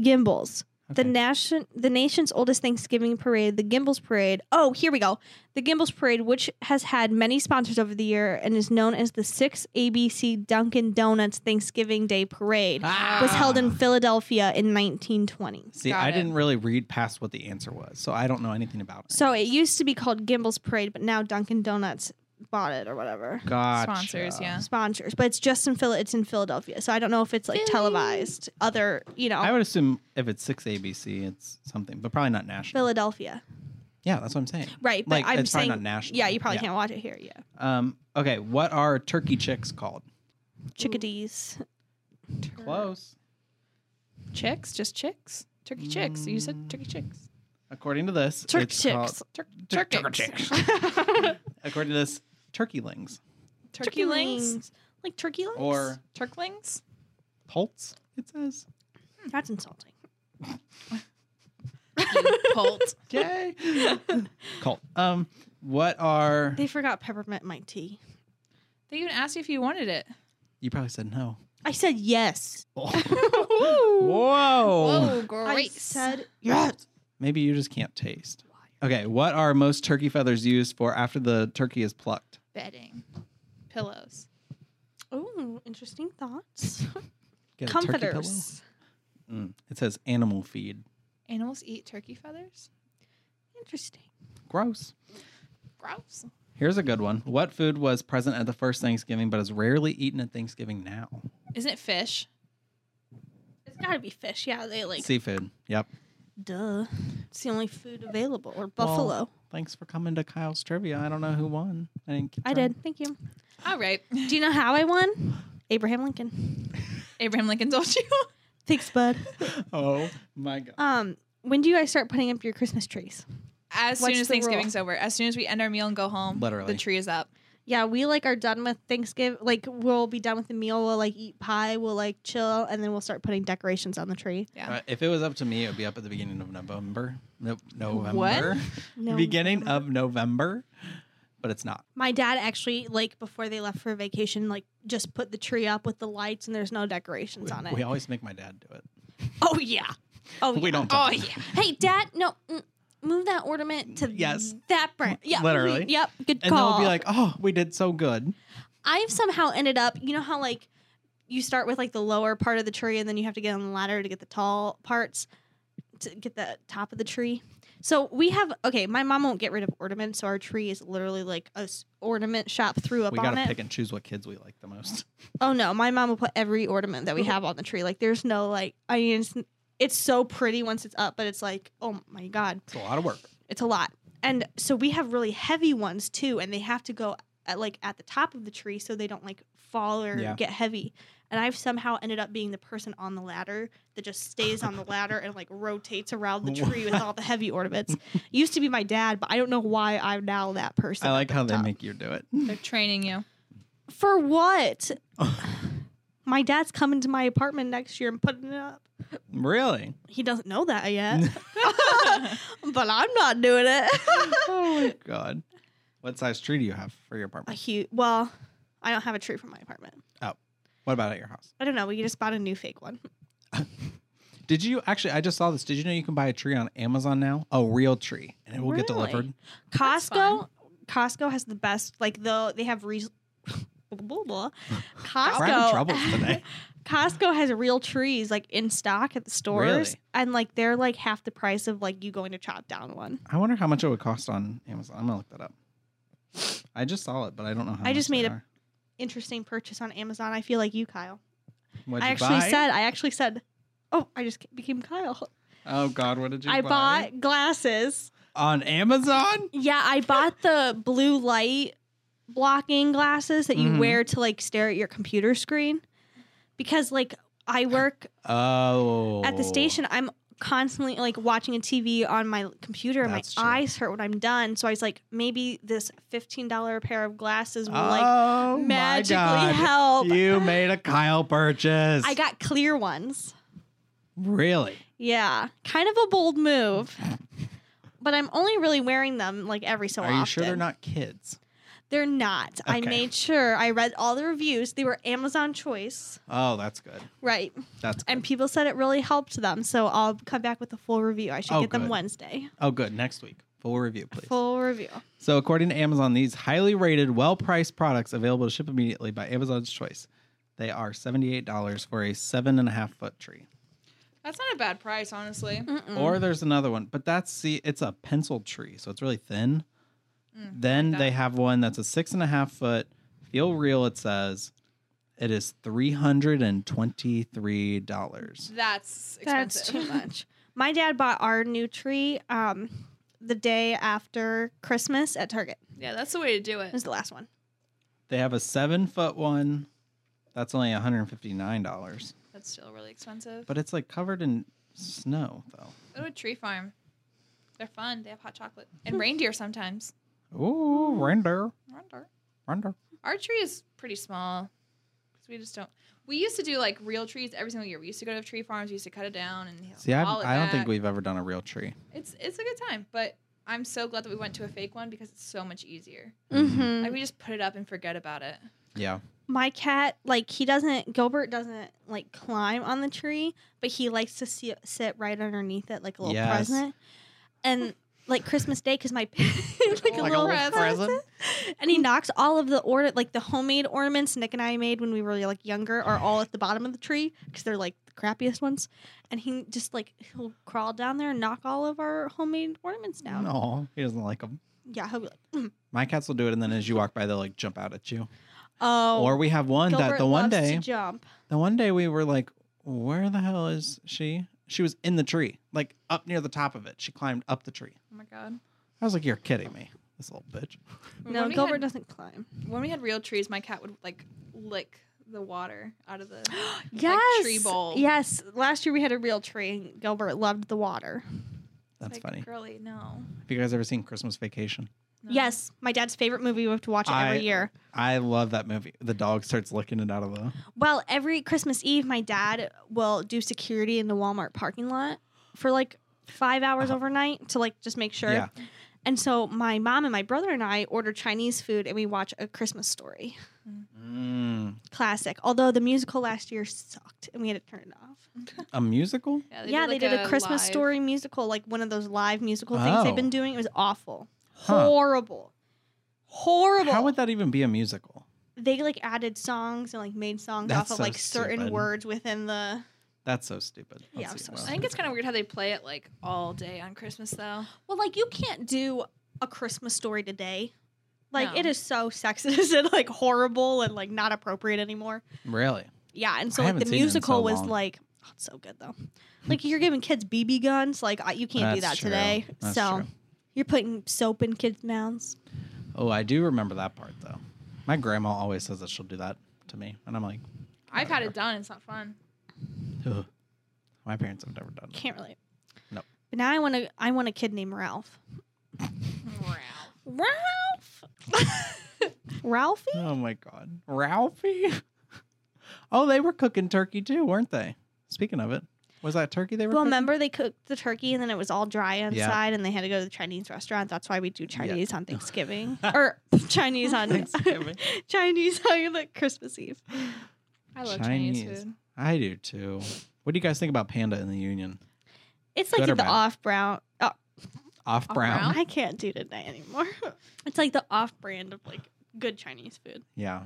S1: Gimbals. The
S2: Okay.
S1: nation the nation's oldest Thanksgiving parade, the Gimbals Parade. Oh, here we go. The Gimbals Parade, which has had many sponsors over the year and is known as the sixth ABC Dunkin' Donuts Thanksgiving Day Parade, was held in Philadelphia in 1920.
S2: Ah! See,
S3: Got
S2: I
S3: it.
S2: didn't really read past what the answer was, so I don't know anything about it.
S1: So it used to be called Gimbals Parade, but now Dunkin' Donuts bought it or whatever.
S2: Gotcha.
S3: Sponsors, yeah.
S1: Sponsors, but it's just in Phil. It's in Philadelphia, so I don't know if it's like
S3: Philly.
S1: televised. Other, you know,
S2: I would assume if it's six ABC, it's something, but probably not national.
S1: Philadelphia,
S2: Yeah, that's what I'm saying.
S1: right?
S2: Like,
S1: but I'm
S2: it's
S1: saying,
S2: probably not national.
S1: yeah, you probably
S2: Yeah.
S1: can't watch it here. Yeah,
S2: Um, okay, what are turkey chicks called?
S1: chickadees.
S2: Close.
S3: Chicks, just chicks. Turkey chicks. You said turkey chicks.
S2: According to this,
S1: Turk
S2: it's called-
S1: chicks.
S3: Tur-
S2: Tur-
S3: turkey
S2: chicks. [laughs] According to this, turkeylings
S3: Turkey links.
S1: like turkey links.
S2: or
S3: Turklings.
S2: Polts, it says.
S1: Hmm, that's insulting. [laughs]
S3: Pult.
S2: Yay. [laughs] Cult. Um, what are
S1: They forgot peppermint in my tea.
S3: They even asked you if you wanted it.
S2: you probably said
S1: [laughs]
S2: no.
S1: I said yes.
S2: Whoa.
S1: Oh. I said yes.
S2: Maybe you just can't taste. Okay, what are most turkey feathers used for after the turkey is plucked?
S3: Bedding. Pillows.
S1: Oh, interesting thoughts.
S2: Get a turkey pillow?
S1: Comforters.
S2: Mm, It says animal feed.
S3: Animals eat turkey feathers.
S1: Interesting.
S2: Gross.
S3: Gross.
S2: Here's a good one. What food was present at the first Thanksgiving but is rarely eaten at Thanksgiving now?
S3: Isn't it fish?
S1: It's got to be fish. Yeah, they like.
S2: Seafood. Yep.
S1: Duh. It's the only food available. Or buffalo.
S2: Well, thanks for coming to Kyle's trivia. I don't know who won. I didn't. keep
S1: I
S2: track.
S1: did. Thank you.
S3: All right. [laughs]
S1: Do you know how I won? Abraham Lincoln.
S3: Abraham Lincoln told you. [laughs]
S1: Thanks, bud.
S2: [laughs] Oh my god.
S1: Um, when do you guys start putting up your Christmas trees?
S3: As
S1: What's
S3: soon as
S1: the rule?
S3: Thanksgiving's over, as soon as we end our meal and go home,
S2: Literally.
S3: the tree is up.
S1: Yeah, we like are done with Thanksgiving. Like we'll be done with the meal. We'll like eat pie. We'll like chill, and then we'll start putting decorations on the tree.
S3: Yeah.
S2: Uh, if it was up to me, it would be up at the beginning of November. No, November.
S1: No,
S2: [laughs] beginning of November, but it's not.
S1: my dad actually like before they left for vacation, like just put the tree up with the lights, and there's no decorations
S2: We,
S1: on it.
S2: we always make my dad do it.
S1: oh yeah. Oh
S2: We
S1: yeah.
S2: don't.
S3: Oh
S2: do it.
S3: yeah.
S1: Hey, dad. No. mm, Move that ornament to
S2: Yes.
S1: that branch. Yeah,
S2: Literally.
S1: Yep, good
S2: And
S1: call.
S2: they'll be like, "Oh, we did so good."
S1: I've somehow ended up, you know how like you start with like the lower part of the tree and then you have to get on the ladder to get the tall parts to get the top of the tree. So we have okay, my mom won't get rid of ornaments, so our tree is literally like a s- ornament shop threw up
S2: we
S1: on
S2: gotta
S1: it.
S2: pick and choose what kids we like the most.
S1: Oh no, my mom will put every ornament that we have on the tree. Like there's no like I mean it's it's so pretty once it's up, but it's like, oh my god,
S2: It's a lot of work.
S1: it's a lot. And so we have really heavy ones too, and they have to go at, like at the top of the tree so they don't like fall or
S2: Yeah.
S1: get heavy. And I've somehow ended up being the person on the ladder that just stays
S2: [laughs]
S1: on the ladder and like rotates around the tree with all the heavy
S2: [laughs]
S1: ornaments. Used to be my dad, but I don't know why I'm now that person.
S2: I
S1: up
S2: like
S1: at
S2: how
S1: the
S2: they
S1: top.
S2: make you do it. [laughs]
S3: They're
S1: [laughs]
S3: training you. [laughs]
S1: For what? my dad's coming to my apartment next year and putting it up.
S2: really?
S1: He doesn't know that
S2: [laughs]
S1: yet, [laughs] but I'm not doing it.
S2: Oh my god. What size tree do you have for your
S1: a
S2: apartment?
S1: huge. Well, I don't have a tree for my apartment.
S2: What about at your house?
S1: I don't know. We just bought a new fake one.
S2: Did you actually? I just saw this. Did you know you can buy a tree on Amazon now? A real tree, and it will get
S1: Really?
S2: delivered.
S1: Costco. Costco has the best. Like though they have re- [laughs] blah, blah, blah.
S2: [laughs] We're having
S1: [laughs] Costco.
S2: troubles today.
S1: Costco has real trees like in stock at the stores,
S2: Really?
S1: and like they're like half the price of like you going to chop down one.
S2: I wonder how much it would cost on Amazon. I'm gonna look that up. I just saw it, but I don't know how.
S1: I just
S2: much they
S1: made a-
S2: are.
S1: Interesting purchase on Amazon. I feel like you, Kyle.
S2: What'd
S1: I
S2: you
S1: actually
S2: buy?
S1: said. I actually said. Oh, I just became Kyle.
S2: Oh God, what did you?
S1: I
S2: buy?
S1: bought glasses.
S2: on Amazon.
S1: Yeah, I bought the blue light blocking glasses that you
S2: Mhm.
S1: wear to like stare at your computer screen because like I work
S2: Oh,
S1: at the station, I'm constantly like watching a TV on my computer and my
S2: That's true.
S1: eyes hurt when I'm done. So I was like, maybe this $15 pair of glasses will like
S2: oh my
S1: magically
S2: God.
S1: help.
S2: You made a Kyle purchase.
S1: I got clear ones.
S2: really.
S1: Yeah, kind of a bold move. But I'm only really wearing them like every so
S2: Are
S1: often.
S2: you sure they're not kids?
S1: They're not. I
S2: Okay.
S1: made sure. I read all the reviews. They were Amazon choice.
S2: Oh, that's good.
S1: Right.
S2: That's good.
S1: And people said it really helped them. So I'll come back with a full review. I should
S2: Oh,
S1: get them
S2: good.
S1: Wednesday.
S2: oh, good. Next week, full review, please.
S1: Full review.
S2: So, according to Amazon, these highly rated, well priced products available to ship immediately by Amazon's choice. They are $78 for a seven and a half foot tree.
S3: That's not a bad price, honestly.
S1: Mm-mm.
S2: Or there's another one, but that's see, it's a pencil tree, so it's really thin.
S1: Mm,
S2: Then
S3: that.
S2: they have one that's a six and a half foot. Feel real, it says. It is three hundred and twenty-three dollars.
S4: That's
S1: That's
S4: expensive.
S1: too
S3: [laughs]
S1: much. [laughs] My dad bought our new tree um, the day after Christmas at Target.
S4: yeah, that's the way to do
S1: It
S4: it.
S1: was the last one.
S2: They have a seven foot one. That's only one hundred and fifty-nine dollars,
S4: That's still really expensive.
S2: but it's like covered in snow though.
S3: Go to a tree farm. They're fun. They have hot chocolate and reindeer sometimes.
S2: Ooh, render,
S3: Reindeer.
S2: render.
S3: Our tree is pretty small because we just don't. We used to do like real trees every single year. We used to go to tree farms. We used to cut it down and
S2: See, I,
S3: haul it
S2: I don't think
S3: back.
S2: we've ever done a real tree.
S3: It's it's a good time, but I'm so glad that we went to a fake one because it's so much easier.
S1: Mm-hmm.
S3: Like we just put it up and forget about it. Oh
S2: Yeah,
S1: my cat like he doesn't gilbert doesn't like climb on the tree but he likes to see, sit right underneath it like a little
S2: Yes.
S1: present and like christmas day because my [laughs] Oh, like,
S3: Like a
S1: a little
S3: little
S1: present. and he knocks all of the order like the homemade ornaments nick and i made when we were like younger are all at the bottom of the tree because they're like the crappiest ones and he just like he'll crawl down there and knock all of our homemade ornaments down
S2: No, he doesn't like them.
S1: yeah he'll be like "Mm."
S2: My cats will do it, and then as you walk by, they'll like jump out at you.
S1: oh
S2: Or we have one that
S1: Gilbert
S2: the one
S1: loves to
S2: day,
S1: jump
S2: the one day we were like, "Where the hell is she?" She was in the tree, like up near the top of it. She climbed up the tree.
S3: Oh my god.
S2: I was like, "You're kidding me, this little bitch."
S1: no
S3: when we
S1: gilbert
S3: had,
S1: doesn't climb
S3: when we had real trees, my cat would like lick the water out of the. [gasps]
S1: Yes.
S3: tree bulb.
S1: Yes. Last year we had a real tree and Gilbert loved the water.
S2: That's
S3: like,
S2: funny.
S3: Girly, no.
S2: Have you guys ever seen Christmas Vacation?
S3: no.
S1: Yes. My dad's favorite movie. We have to watch it every
S2: I-
S1: year.
S2: I love that movie. The dog starts licking it out of the.
S1: Well, every Christmas Eve, my dad will do security in the Walmart parking lot for like five hours
S2: Uh-huh.
S1: overnight to like just make sure.
S2: Yeah.
S1: And so my mom and my brother and I order Chinese food and we watch A Christmas Story.
S2: Mm,
S1: Classic. Although the musical last year sucked and we had to turn it off.
S2: a musical?
S3: Yeah,
S1: yeah,
S3: like,
S1: they did a, Christmas
S3: live-
S1: Story musical, like one of those live musical things they've
S2: Oh.
S1: been doing. It was awful,
S2: Huh.
S1: horrible, horrible.
S2: How would that even be a musical?
S1: they like added songs and like made songs off
S2: That's
S1: of
S2: so
S1: like certain
S2: stupid.
S1: words within the.
S2: That's so stupid.
S1: Yeah,
S2: Let's see.
S1: I'm so
S2: Well,
S3: I think it's kind of weird how they play it like all day on Christmas though.
S1: Well, like you can't do a Christmas story today. Like
S3: No.
S1: it is so sexist [laughs] and like horrible and like not appropriate anymore.
S2: really.
S1: Yeah, and so
S2: I
S1: like
S2: haven't
S1: the
S2: seen it in so
S1: musical was
S2: long.
S1: like oh, it's so good though. Like you're giving kids BB guns, like I- you can't do that
S2: That's true.
S1: today.
S2: That's
S1: so
S2: true.
S1: you're putting soap in kids' mouths.
S2: Oh, I do remember that part though. My grandma always says that she'll do that to me, and I'm like,
S3: I've had it done. It's not fun.
S2: Ugh. my parents have never done. It.
S1: Can't relate.
S2: No.
S1: But now I want to. I want a kid named Ralph. Ralph. [laughs] Ralphie.
S2: Oh my god, Ralphie. [laughs] oh, they were cooking turkey too, weren't they? Speaking of it, was that turkey they were?
S1: Well,
S2: cooking?
S1: remember they cooked the turkey and then it was all dry inside, and they had to go to the Chinese restaurant. That's why we do Chinese [laughs] on Thanksgiving or Chinese on
S2: Thanksgiving.
S1: [laughs] Chinese on like Christmas Eve.
S3: I love Chinese,
S2: Chinese.
S3: food.
S2: I do too. What do you guys think about Panda in the Union?
S1: It's like
S2: Good or
S1: the
S2: bad?
S1: off brown. Oh,
S2: Off brown.
S3: Off-brown?
S1: I can't do tonight anymore. [laughs] it's like the off brand of like good Chinese food.
S2: Yeah.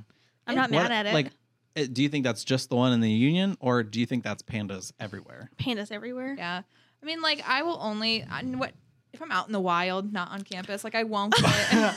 S1: I'm not
S2: What-
S1: mad at it.
S2: Like, uh, do you think that's just the one in the Union, or do you think that's pandas everywhere?
S1: pandas everywhere.
S3: Yeah. I mean, like, I will only, I, what, if I'm out in the wild, not on campus, like, I
S1: [laughs]
S3: won't get,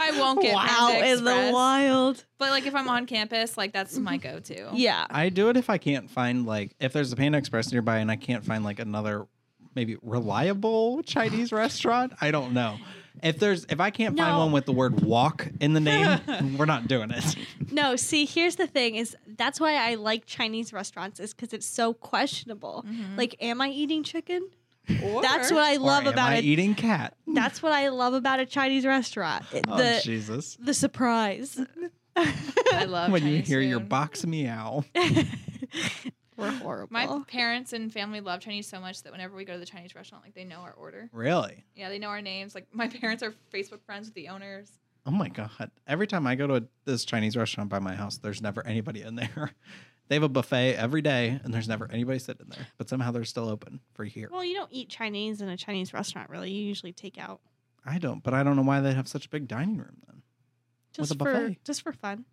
S3: I won't get
S1: Wow,
S3: Panda
S1: in the
S3: Express.
S1: wild.
S3: But, like, if I'm on campus, like, that's my go to.
S1: Yeah.
S2: I do it if I can't find like if there's a Panda Express nearby and I can't find like another maybe reliable
S1: [laughs]
S2: Chinese restaurant. I don't know. If there's if I can't find
S1: No.
S2: one with the word walk in the name,
S1: [laughs]
S2: we're not doing it.
S1: No, see, here's the thing is that's why I like Chinese restaurants is because it's so questionable. Like, am I eating chicken? that's what I love
S2: Or am
S1: about
S2: I
S1: it.
S2: eating cat.
S1: that's what I love about a Chinese restaurant. It-
S2: Oh
S1: the
S2: Jesus.
S1: the [laughs] surprise.
S3: I love
S2: When you
S3: Chinese
S2: hear your
S3: food.
S2: box
S1: [laughs]
S2: meow.
S1: We're horrible.
S3: My parents and family love Chinese so much that whenever we go to the Chinese restaurant, like, they know our order.
S2: Really?
S3: Yeah, they know our names. Like, my [laughs] parents are Facebook friends with the owners.
S2: Oh my god! Every time I go to a, this Chinese restaurant by my house, there's never anybody in there. [laughs] They have a buffet every day, and there's never anybody sitting there. But somehow they're still open for here.
S1: well, you don't eat Chinese in a Chinese restaurant, really. You usually take out
S2: I don't, but I don't know why they have such a big dining room then. With
S1: just
S2: a
S1: for
S2: buffet.
S1: just for fun.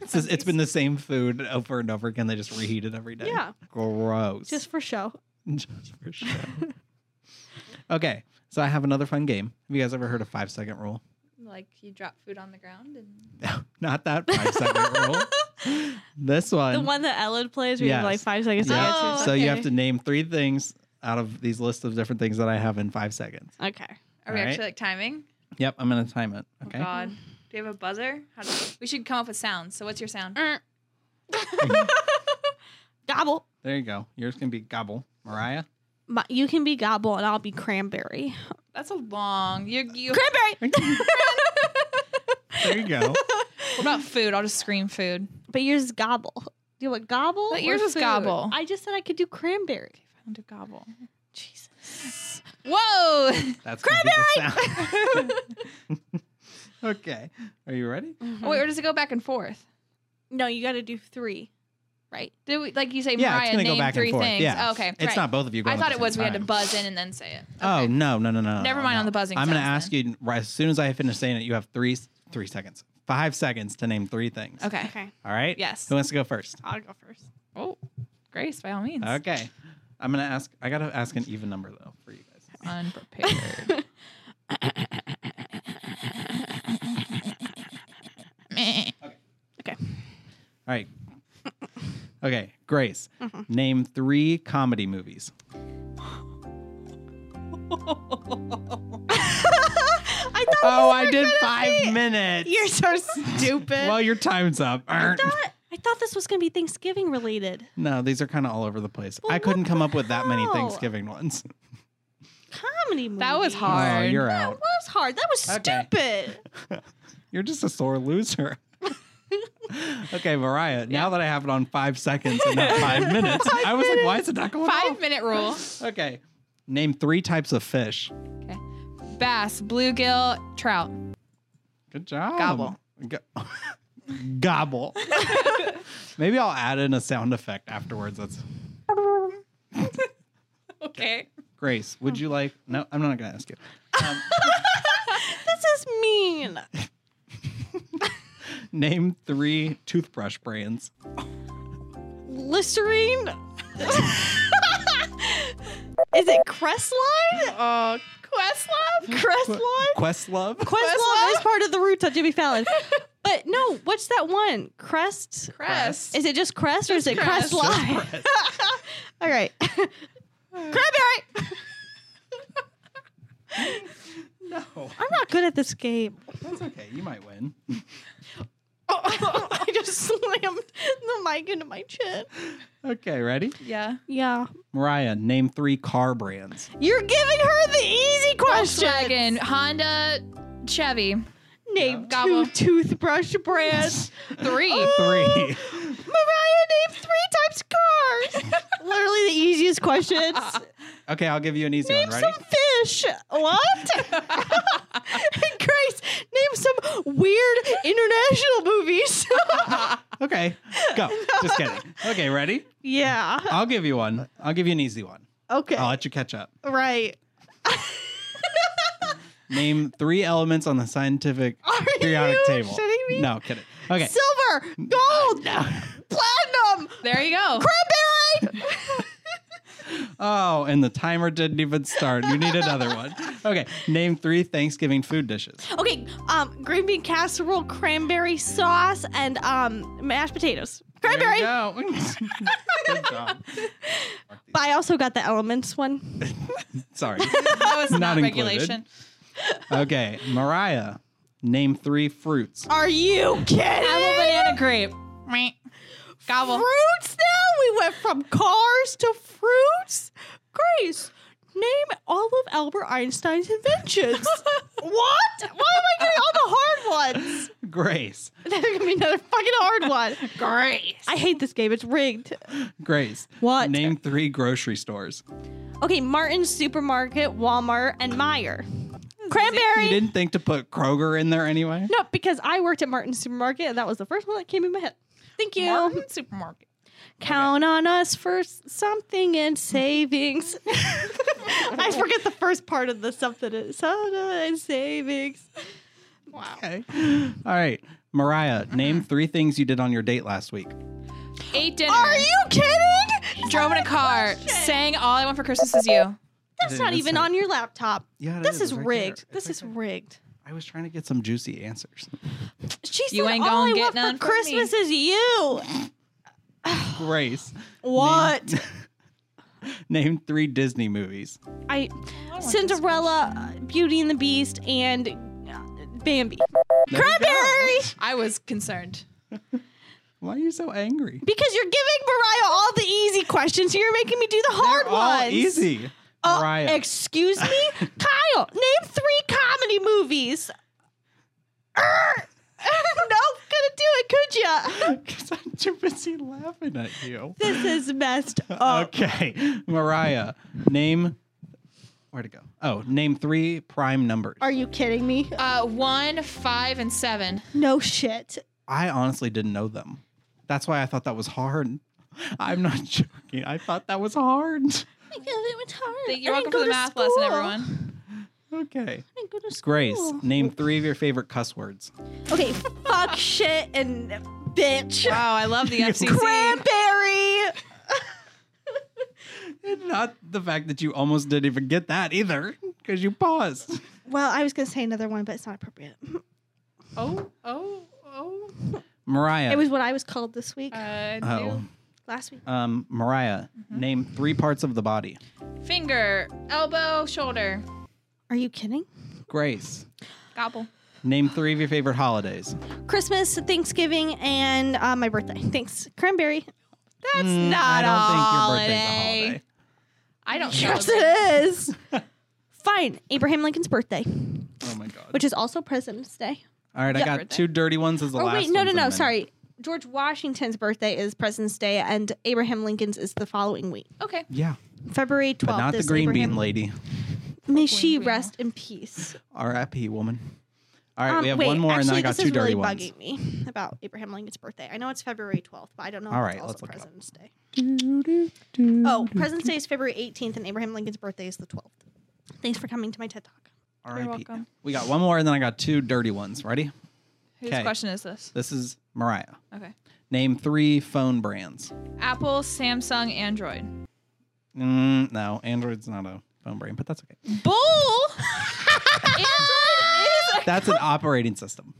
S2: It's, just- it's been the same food over and over again. They just reheat it every day.
S1: Yeah.
S2: [laughs] Gross.
S1: Just for show.
S2: Just for show. okay. So I have another fun game. Have you guys ever heard of five second rule? [laughs]
S4: Like you drop food on the ground and
S2: Not that five second
S1: [laughs]
S2: rule. This one.
S1: The one that Ellen plays, where you have like
S2: Yes.
S1: five seconds
S2: Yeah.
S1: to
S3: Oh,
S1: answer.
S2: So you have
S3: okay.
S2: to name three things out of these lists of different things that I have in five seconds.
S1: Okay.
S4: are we
S2: All right.
S4: actually like timing?
S2: Yep, I'm gonna time it. Okay.
S4: Oh God, do you have a buzzer? How do we should come up with sounds. So what's your sound?
S1: Er. [laughs] gobble.
S2: There you go. Yours can be gobble. [laughs] Mariah.
S1: My, you can be gobble and I'll be cranberry.
S4: That's a long. You you.
S1: Cranberry.
S2: There you go.
S3: What about food? I'll just scream food.
S1: [laughs] But yours is gobble. Do you want gobble?
S3: But
S1: or
S3: yours is
S1: food?
S3: gobble.
S1: I just said I could do cranberry.
S3: I don't do gobble.
S1: Jesus. [laughs]
S3: Whoa! [laughs]
S2: That's gonna be the sound. [laughs] okay. Are you ready?
S3: Oh, wait, or does it go back and forth?
S1: No, you got to do three, right?
S3: Did we, like you say,
S2: yeah, it's
S3: Mariah,
S2: gonna go
S3: name
S2: back
S3: three
S2: and forth.
S3: things.
S2: Yeah.
S3: Oh, okay.
S2: It's
S3: right.
S2: not both of you.
S3: I
S2: Going
S3: thought
S2: at
S3: it
S2: the
S3: was
S2: same
S3: we had to
S2: time.
S3: buzz in and then say it.
S2: Oh no no no no! no,
S3: Never
S2: no,
S3: mind
S2: no.
S3: on the buzzing
S2: I'm gonna
S3: sounds
S2: ask you right as soon as I finish saying it. You have three s- three seconds, five seconds to name three things.
S3: Okay.
S1: Okay,
S2: All right.
S3: Yes.
S2: Who wants to go first?
S1: I'll go first.
S3: Oh, Grace, by all means.
S2: Okay. I'm gonna ask. I gotta ask an even number though for you guys.
S3: Unprepared. [laughs]
S2: All right. Okay, Grace,
S1: Mm-hmm.
S2: name three comedy movies.
S1: [laughs] I thought.
S2: Oh,
S1: you
S2: I
S1: were
S2: did
S1: gonna say-
S2: five minutes.
S1: You're
S3: [laughs]
S1: so stupid.
S2: well, your time's up.
S1: I
S2: Err.
S1: thought I thought this was gonna be Thanksgiving related.
S2: No, these are kind of all over the place.
S1: Well,
S2: I
S1: Oh,
S2: couldn't
S1: what
S2: come
S1: the
S2: up with that many
S1: hell?
S2: Thanksgiving ones.
S1: [laughs] Comedy movie.
S3: That was hard.
S2: Oh, you're
S1: That
S2: out.
S1: was hard. That was
S2: Okay.
S1: stupid.
S2: [laughs] You're just a sore loser. [laughs] okay, Mariah, now that I have it on five seconds and not
S1: [laughs]
S2: five minutes, I was like, why is it not going
S3: Five
S2: off?
S3: minute rule.
S2: Okay, name three types of fish.
S3: Bass, bluegill, trout.
S2: Good job.
S3: Gobble.
S2: Go- [laughs] Gobble. [laughs] Maybe I'll add in a sound effect afterwards. That's
S3: Okay.
S2: Grace. Would you like? No, I'm not gonna ask you. Um,
S1: this is mean.
S2: name three toothbrush brands.
S1: Listerine. [laughs] is it Crestline? Uh, Questlove. Crestline.
S2: Questlove.
S1: Questlove is part of the roots of Jimmy Fallon. But no, what's that one? Crest?
S3: Crest.
S1: Is it just Crest or is it
S3: Crest.
S1: Crest, Live?
S2: Crest.
S1: All right. Cranberry!
S2: No,
S1: I'm not good at this game.
S2: [laughs] that's okay. You might win.
S1: [laughs] I just slammed the mic into my chin.
S2: Okay, ready?
S3: Yeah.
S1: Yeah.
S2: Mariah, name three car brands.
S1: You're giving her the easy question.
S3: Volkswagen, Honda, Chevy.
S1: Name
S3: Gobble.
S1: two toothbrush brands.
S3: Three.
S2: Three.
S1: Mariah named three types of cars. [laughs] Literally the easiest [laughs] questions.
S2: Okay, I'll give you an easy
S1: Name
S2: one.
S1: some
S2: Ready?
S1: fish. [laughs] What? Grace, name some weird international movies. [laughs]
S2: Okay, go. Just kidding. Okay, ready?
S1: yeah.
S2: I'll give you one. I'll give you an easy one.
S1: Okay.
S2: I'll let you catch up.
S1: right. [laughs]
S2: Name three elements on the scientific
S1: Are
S2: periodic
S1: Oh, you
S2: table.
S1: shitting me?
S2: No, kidding. Okay.
S1: Silver, gold, platinum,
S3: There you [laughs] go.
S1: cranberry.
S2: oh, and the timer didn't even start. You need another one. Okay. Name three Thanksgiving food dishes.
S1: [laughs] okay. Um, green bean casserole, cranberry sauce, and um, mashed potatoes. Cranberry.
S2: There you go. [laughs] Good job.
S1: But I also got the elements one.
S2: Sorry.
S3: That was not,
S2: Not included.
S3: regulation.
S2: Okay. Mariah, name three fruits.
S1: Are you kidding?
S3: Apple, banana, grape. Meh. Gobble.
S1: fruits now? We went from cars to fruits? Grace, name all of Albert Einstein's [laughs] inventions. what? Why am I getting all the hard ones?
S2: Grace.
S1: [laughs] There's gonna be another fucking hard one.
S3: Grace.
S1: I hate this game. It's rigged.
S2: Grace.
S1: What?
S2: Name three grocery stores.
S1: Okay, Martin's Supermarket, Walmart, and Meyer.
S2: You
S1: Cranberry.
S2: didn't think to put Kroger in there anyway?
S1: No, because I worked at Martin's Supermarket, and that was the first one that came in my head. Thank you.
S3: Martin supermarket.
S1: Count on us for s- something in
S3: [laughs]
S1: savings. I forget the first part of the something in something in savings.
S3: Wow.
S2: Okay. All right. Mariah, name three things you did on your date last week.
S3: Ate dinner.
S1: Are you kidding?
S3: Drove in a car. Sang All I Want for Christmas Is You.
S1: That's not even on your laptop.
S2: Yeah, it
S1: This is
S2: It's right there.
S1: rigged.
S2: It's
S1: This
S2: right
S1: is
S2: there.
S1: rigged.
S2: I was trying to get some juicy answers.
S1: She said,
S3: You ain't
S1: "All I
S3: gonna get
S1: want
S3: none
S1: for
S3: from me."
S1: Christmas is you."
S2: Grace. name- [laughs]
S1: What?
S2: Name three Disney movies.
S1: I
S3: want this
S1: Cinderella, uh, Beauty and the Beast, and uh, Bambi.
S2: There you go.
S1: Cranberry,
S4: I was concerned.
S2: Why are you so angry?
S1: because you're giving Mariah all the easy questions, and you're making me do the hard
S2: They're all
S1: ones.
S2: easy.
S1: Uh,
S2: Mariah. [laughs]
S1: excuse me, [laughs] Kyle. Name three comedy movies. Er, [laughs] nope, couldn't do it, could ya? [laughs]
S2: Because I'm too busy laughing at you.
S1: This is [laughs] messed up.
S2: Okay. Mariah, name. Where to go? Oh, name three prime numbers.
S1: Are you kidding me?
S3: Uh, one, five, and seven.
S1: No shit.
S2: I honestly didn't know them. That's why I thought that was hard. [laughs] I'm not [laughs] joking. I thought that was hard. [laughs]
S1: Because it was hard.
S3: You're
S1: I didn't
S3: welcome for
S1: go
S3: the
S1: to
S3: math
S1: school.
S3: lesson, everyone.
S2: Okay.
S1: I didn't go to
S2: Grace,
S1: school.
S2: name three of your favorite cuss words.
S1: Okay,
S3: [laughs]
S1: fuck shit and bitch.
S3: Wow, I
S2: [laughs]
S3: love the FCC.
S1: Cranberry.
S2: And not the fact that you almost didn't even get that either, because you paused.
S1: Well, I was gonna say another one, but it's not appropriate.
S3: Oh, oh, oh.
S2: Mariah.
S1: It was what I was called this week,
S3: Uh,
S2: Oh.
S1: last week.
S2: Um, Mariah,
S1: Mm-hmm.
S2: name three parts of the body.
S3: do- Finger, elbow, shoulder.
S1: Are you kidding?
S2: Grace,
S3: Gobble.
S2: name three of your favorite holidays.
S1: Christmas, Thanksgiving, and uh, my birthday. Thanks, cranberry.
S3: That's
S2: Mm,
S3: not
S2: I
S3: a
S2: don't think your birthday's
S3: holiday.
S2: a holiday.
S3: I don't
S1: Yes,
S3: celebrate.
S1: it is. [laughs] Fine, Abraham Lincoln's birthday,
S2: Oh my god.
S1: which is also President's Day.
S2: All right, I
S3: Yeah.
S2: got
S3: Birthday.
S2: two dirty ones as the
S1: Or
S2: last.
S1: wait, no,
S2: ones
S1: no,
S2: in a
S1: no.
S2: minute.
S1: Sorry, George Washington's birthday is President's Day, and Abraham Lincoln's is the following week,
S3: Okay.
S2: Yeah,
S1: February
S2: but
S1: twelfth.
S2: not the
S1: is
S2: green
S1: Abraham-
S2: bean lady.
S1: May she
S3: Green bean.
S1: rest in peace.
S2: R.I.P. Woman. All right,
S1: Um,
S2: we have
S1: wait,
S2: one more, and then I
S1: actually,
S2: got
S1: this
S2: two
S1: is
S2: dirty
S1: really
S2: ones.
S1: bugging me about Abraham Lincoln's birthday. I know it's February 12th, but I don't know
S2: All
S1: if
S2: right,
S1: it's also
S2: let's look it up.
S1: President's Day. Oh, President's Day is February 18th, and Abraham Lincoln's birthday is the 12th. Thanks for coming to my TED Talk.
S2: R.I.P.
S3: welcome.
S2: We got one more, and then I got two dirty ones. Ready?
S3: Whose
S2: 'Kay.
S3: question is this?
S2: This is Mariah.
S3: Okay.
S2: Name three phone brands.
S3: Apple, Samsung, Android.
S2: Mm, no, Android's not a phone brand, but that's okay.
S3: [laughs] Bull. Android
S1: [laughs]
S2: That's an operating system.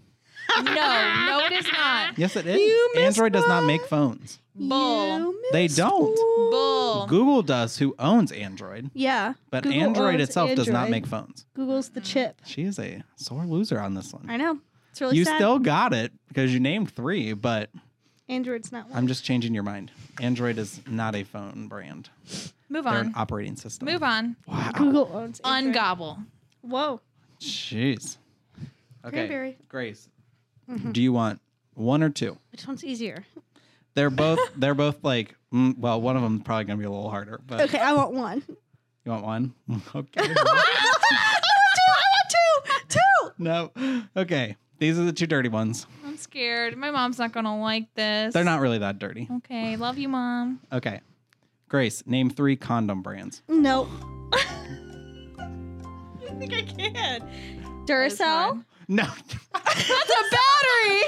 S3: is no, no, it is not.
S2: Yes, it is.
S1: You missed
S2: Android does not
S1: one.
S2: make phones.
S3: Bull.
S1: You
S2: They
S1: missed
S2: don't.
S1: one.
S3: Bull.
S2: Google does, who owns Android,
S1: Yeah.
S2: but
S1: Google
S2: Android
S1: owns
S2: itself does not
S1: Android.
S2: make phones.
S1: Google's the chip.
S2: She is a sore loser on this one.
S1: I know. It's really
S2: you
S1: sad.
S2: still got it because you named three, but
S1: Android's not one.
S2: I'm just changing your mind. Android is not a phone brand.
S3: Move
S2: They're an
S3: on.
S2: operating system.
S3: Move on.
S2: Wow.
S1: Google owns Android.
S3: Ungobble.
S1: Whoa.
S2: Jeez. Okay.
S1: Cranberry. Mm-hmm.
S2: Grace, do you want one or two?
S1: Which one's easier?
S2: They're both. they're both like. Mm, well, one of them's probably gonna be a little harder. But
S1: Okay, I want [laughs] one.
S2: you want one? [laughs]
S1: I
S2: okay.
S1: want two. I want two. Two.
S2: no. Okay. These are the two dirty ones.
S3: I'm scared. My mom's not gonna like this.
S2: They're not really that dirty.
S3: Okay. Love you, mom.
S2: Okay. Grace, name three condom brands.
S1: [laughs] No. I think I can. [laughs] Duracell.
S2: No. [laughs]
S3: That's a
S1: [laughs]
S3: battery.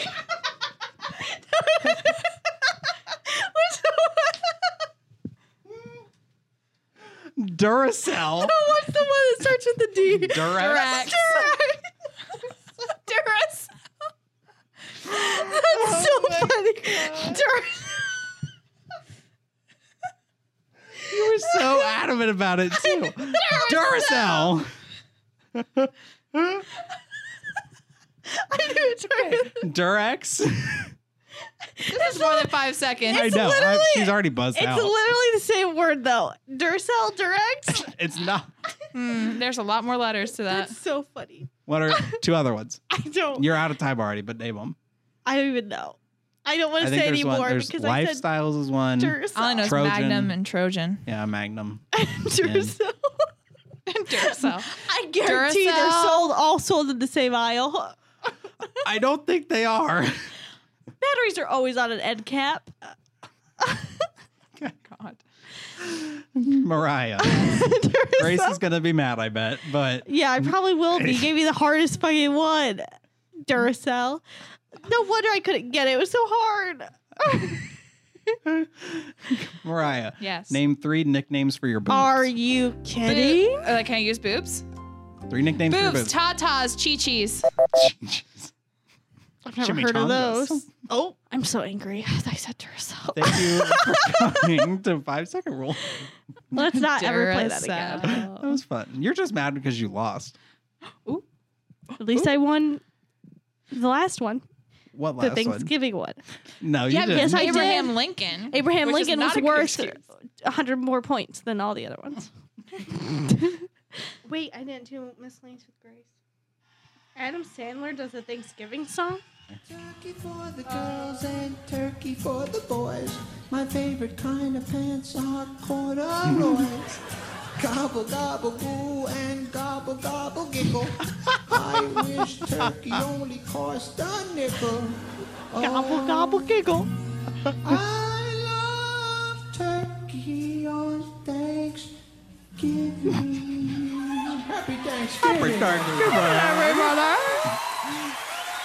S1: What's the,
S2: Duracell.
S1: [laughs] what's the one that starts with the D?
S2: Durac.
S3: Durac.
S1: Duracell. That's so funny. Duracell.
S2: You were so adamant about it too. Duracell.
S1: [laughs] I knew it. Duracell.
S2: Durex.
S3: This is more than five seconds.
S2: I know. I-
S1: literally-
S2: she's already buzzed
S1: It's
S2: out.
S1: literally the same word though. Duracell direct.
S2: [laughs] it's not.
S3: Hmm, there's a lot more letters to that.
S1: That's so funny.
S2: What are two other ones?
S1: I don't.
S2: You're out of time already, but name them.
S1: I don't even know. I don't
S2: I
S1: want to
S2: think
S1: say
S2: there's one.
S1: anymore
S2: There's
S1: because I said
S2: lifestyles is
S1: [laughs]
S2: one.
S1: Duracell.
S3: All I know is
S2: Trojan.
S3: Magnum and [laughs] Trojan.
S2: Yeah, Magnum.
S1: [laughs] Duracell.
S3: Duracell.
S1: [laughs] I guarantee they're
S3: Duracell.
S1: sold all sold in the same aisle.
S2: I don't think they are.
S1: Batteries are always on an end cap. [laughs]
S3: God.
S2: Mariah. Grace
S1: Duracell.
S2: is gonna be mad, I bet. But
S1: yeah, I probably will be. You gave me the hardest fucking one. Duracell. No wonder I couldn't get it. It was so hard.
S2: Mariah,
S3: Yes.
S2: name three nicknames for your boobs.
S1: Are you
S3: Boob-
S1: kidding?
S3: Uh, can I use boobs?
S2: three nicknames for your
S3: Boobs,
S2: boobs.
S3: tatas, chichis.
S2: Jeez.
S1: I've never heard of
S2: Chimichangas.
S1: those. Oh, I'm so angry. [laughs] I said Duracell.
S2: Thank you for coming to Five Second Rule.
S1: Let's not ever play that
S3: Duracell.
S1: again.
S2: That was fun. You're just mad because you lost.
S1: At least I won the last one,
S2: What
S1: the
S2: last one?
S1: Thanksgiving one.
S2: No, you
S3: yeah,
S2: didn't.
S1: because I did.
S3: Abraham Lincoln.
S1: [laughs] Abraham
S3: Which is
S1: Lincoln
S3: not
S1: was
S3: a good
S1: worth
S3: excuse.
S1: a hundred more points than all the other ones. [laughs] Wait, I didn't do miscellaneous with Grace. Adam Sandler does a Thanksgiving song.
S5: Turkey for the girls and turkey for the boys. My favorite kind of pants are [laughs] corduroys. gobble gobble goo and gobble gobble giggle. I wish turkey only cost a nickel.
S1: Gobble
S5: Oh,
S1: gobble giggle.
S5: I love turkey on Thanksgiving. [laughs] Happy
S2: Happy
S5: Thanksgiving.
S2: Thanksgiving, everybody.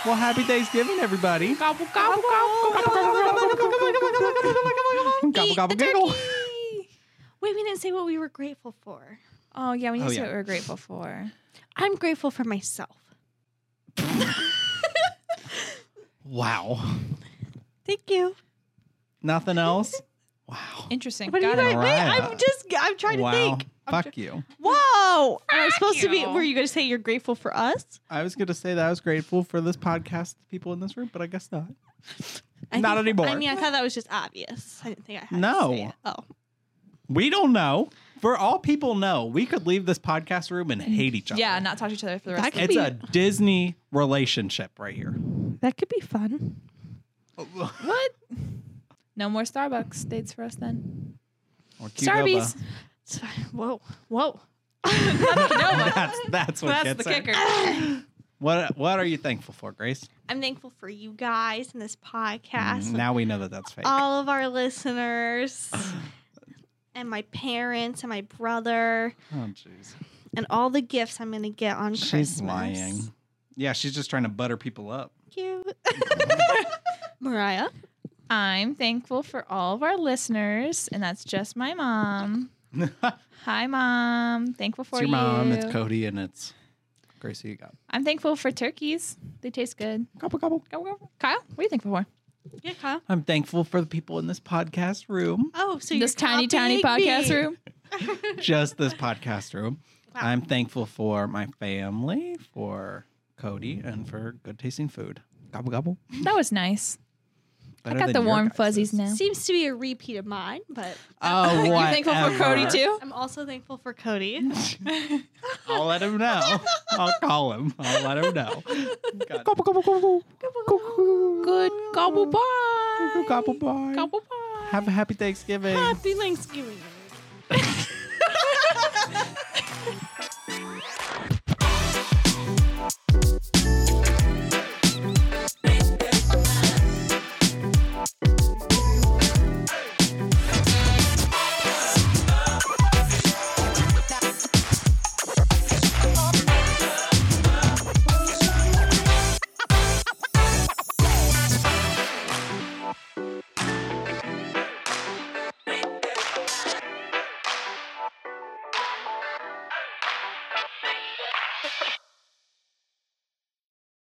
S2: Well, happy Thanksgiving, everybody.
S3: Gobble, gobble, gobble, gobble, gobble, gobble, gobble, gobble, gobble, gobble, gobble, gobble,
S2: Gobble, gobble, giggle.
S1: Wait, we didn't say what we were grateful for.
S3: Oh yeah, we need
S2: Oh,
S3: to say
S2: yeah.
S3: what we're grateful for.
S1: I'm grateful for myself.
S2: Wow.
S1: Thank you.
S2: [laughs] Nothing else? Wow.
S3: Interesting.
S1: What do you
S3: Got
S1: guys?
S3: it.
S1: Wait,
S2: Mariah.
S1: I'm just. I'm trying
S2: wow.
S1: to think.
S2: Fuck you.
S1: Whoa! Am I supposed to be?
S4: you.
S1: Were you going to say you're grateful for us?
S2: I was going to say that I was grateful for this podcast, the people in this room, but I guess not.
S1: I
S2: Not
S1: think-
S2: anymore.
S1: I mean, I thought that was just obvious. I didn't think I had.
S2: No.
S1: To say it. Oh,
S2: We don't know. For all people know, we could leave this podcast room and hate each other.
S3: Yeah, not talk to each other for the
S1: That
S3: rest. of
S1: could
S2: It's
S1: be.
S2: a Disney relationship right here.
S1: that could be fun.
S2: or
S3: What? No more Starbucks dates for us [laughs] then.
S2: Qdoba.
S3: Starbies.
S1: It's fine. Whoa, whoa.
S2: that's that's what gets
S3: That's the
S2: her.
S3: kicker.
S2: What what are you thankful for, Grace? Mm,
S1: I'm thankful for you guys and this podcast, and
S2: Now we know that that's fake.
S3: Um,
S1: all of our
S2: [sighs]
S1: listeners, and my parents, and my brother,
S2: oh jeez.
S1: and all the gifts I'm going to get on
S2: She's
S1: Christmas.
S2: lying. Yeah, she's just trying to butter people up.
S3: [laughs]
S1: Cute. Mariah.
S3: I'm thankful for all of our listeners, and that's just my mom.
S2: it's
S3: Hi, mom. Thankful for
S2: your
S3: you.
S2: mom, it's Cody, and it's Grace. Who you got?
S3: I'm thankful for turkeys. They taste good.
S2: Gobble gobble.
S3: Go, go. Kyle, what are you thankful for?
S1: Yeah, Kyle.
S2: I'm thankful for the people in this podcast
S3: [laughs]
S2: room.
S1: Oh, so
S3: this
S1: you're
S3: tiny, tiny
S1: copying
S3: podcast
S1: me.
S3: room.
S2: just this podcast room.
S1: Wow.
S2: I'm thankful for my family, for Cody, and for good tasting food. Gobble gobble.
S3: That was nice.
S2: Better
S3: I got
S2: than
S3: the
S2: your
S3: warm
S2: guys'
S3: fuzzies
S2: is.
S3: now.
S1: Seems to be a repeat of mine, but
S2: [laughs] Oh,
S3: [laughs] you thankful for Cody
S2: whatever.
S3: too?
S1: I'm also thankful for
S2: [laughs]
S1: Cody.
S2: I'll let him
S3: [laughs]
S2: know. I'll call him. I'll let him know. God.
S3: Good gobble bye.
S2: Gobble bye.
S3: Gobble bye.
S2: Have a happy Thanksgiving.
S1: Happy Thanksgiving.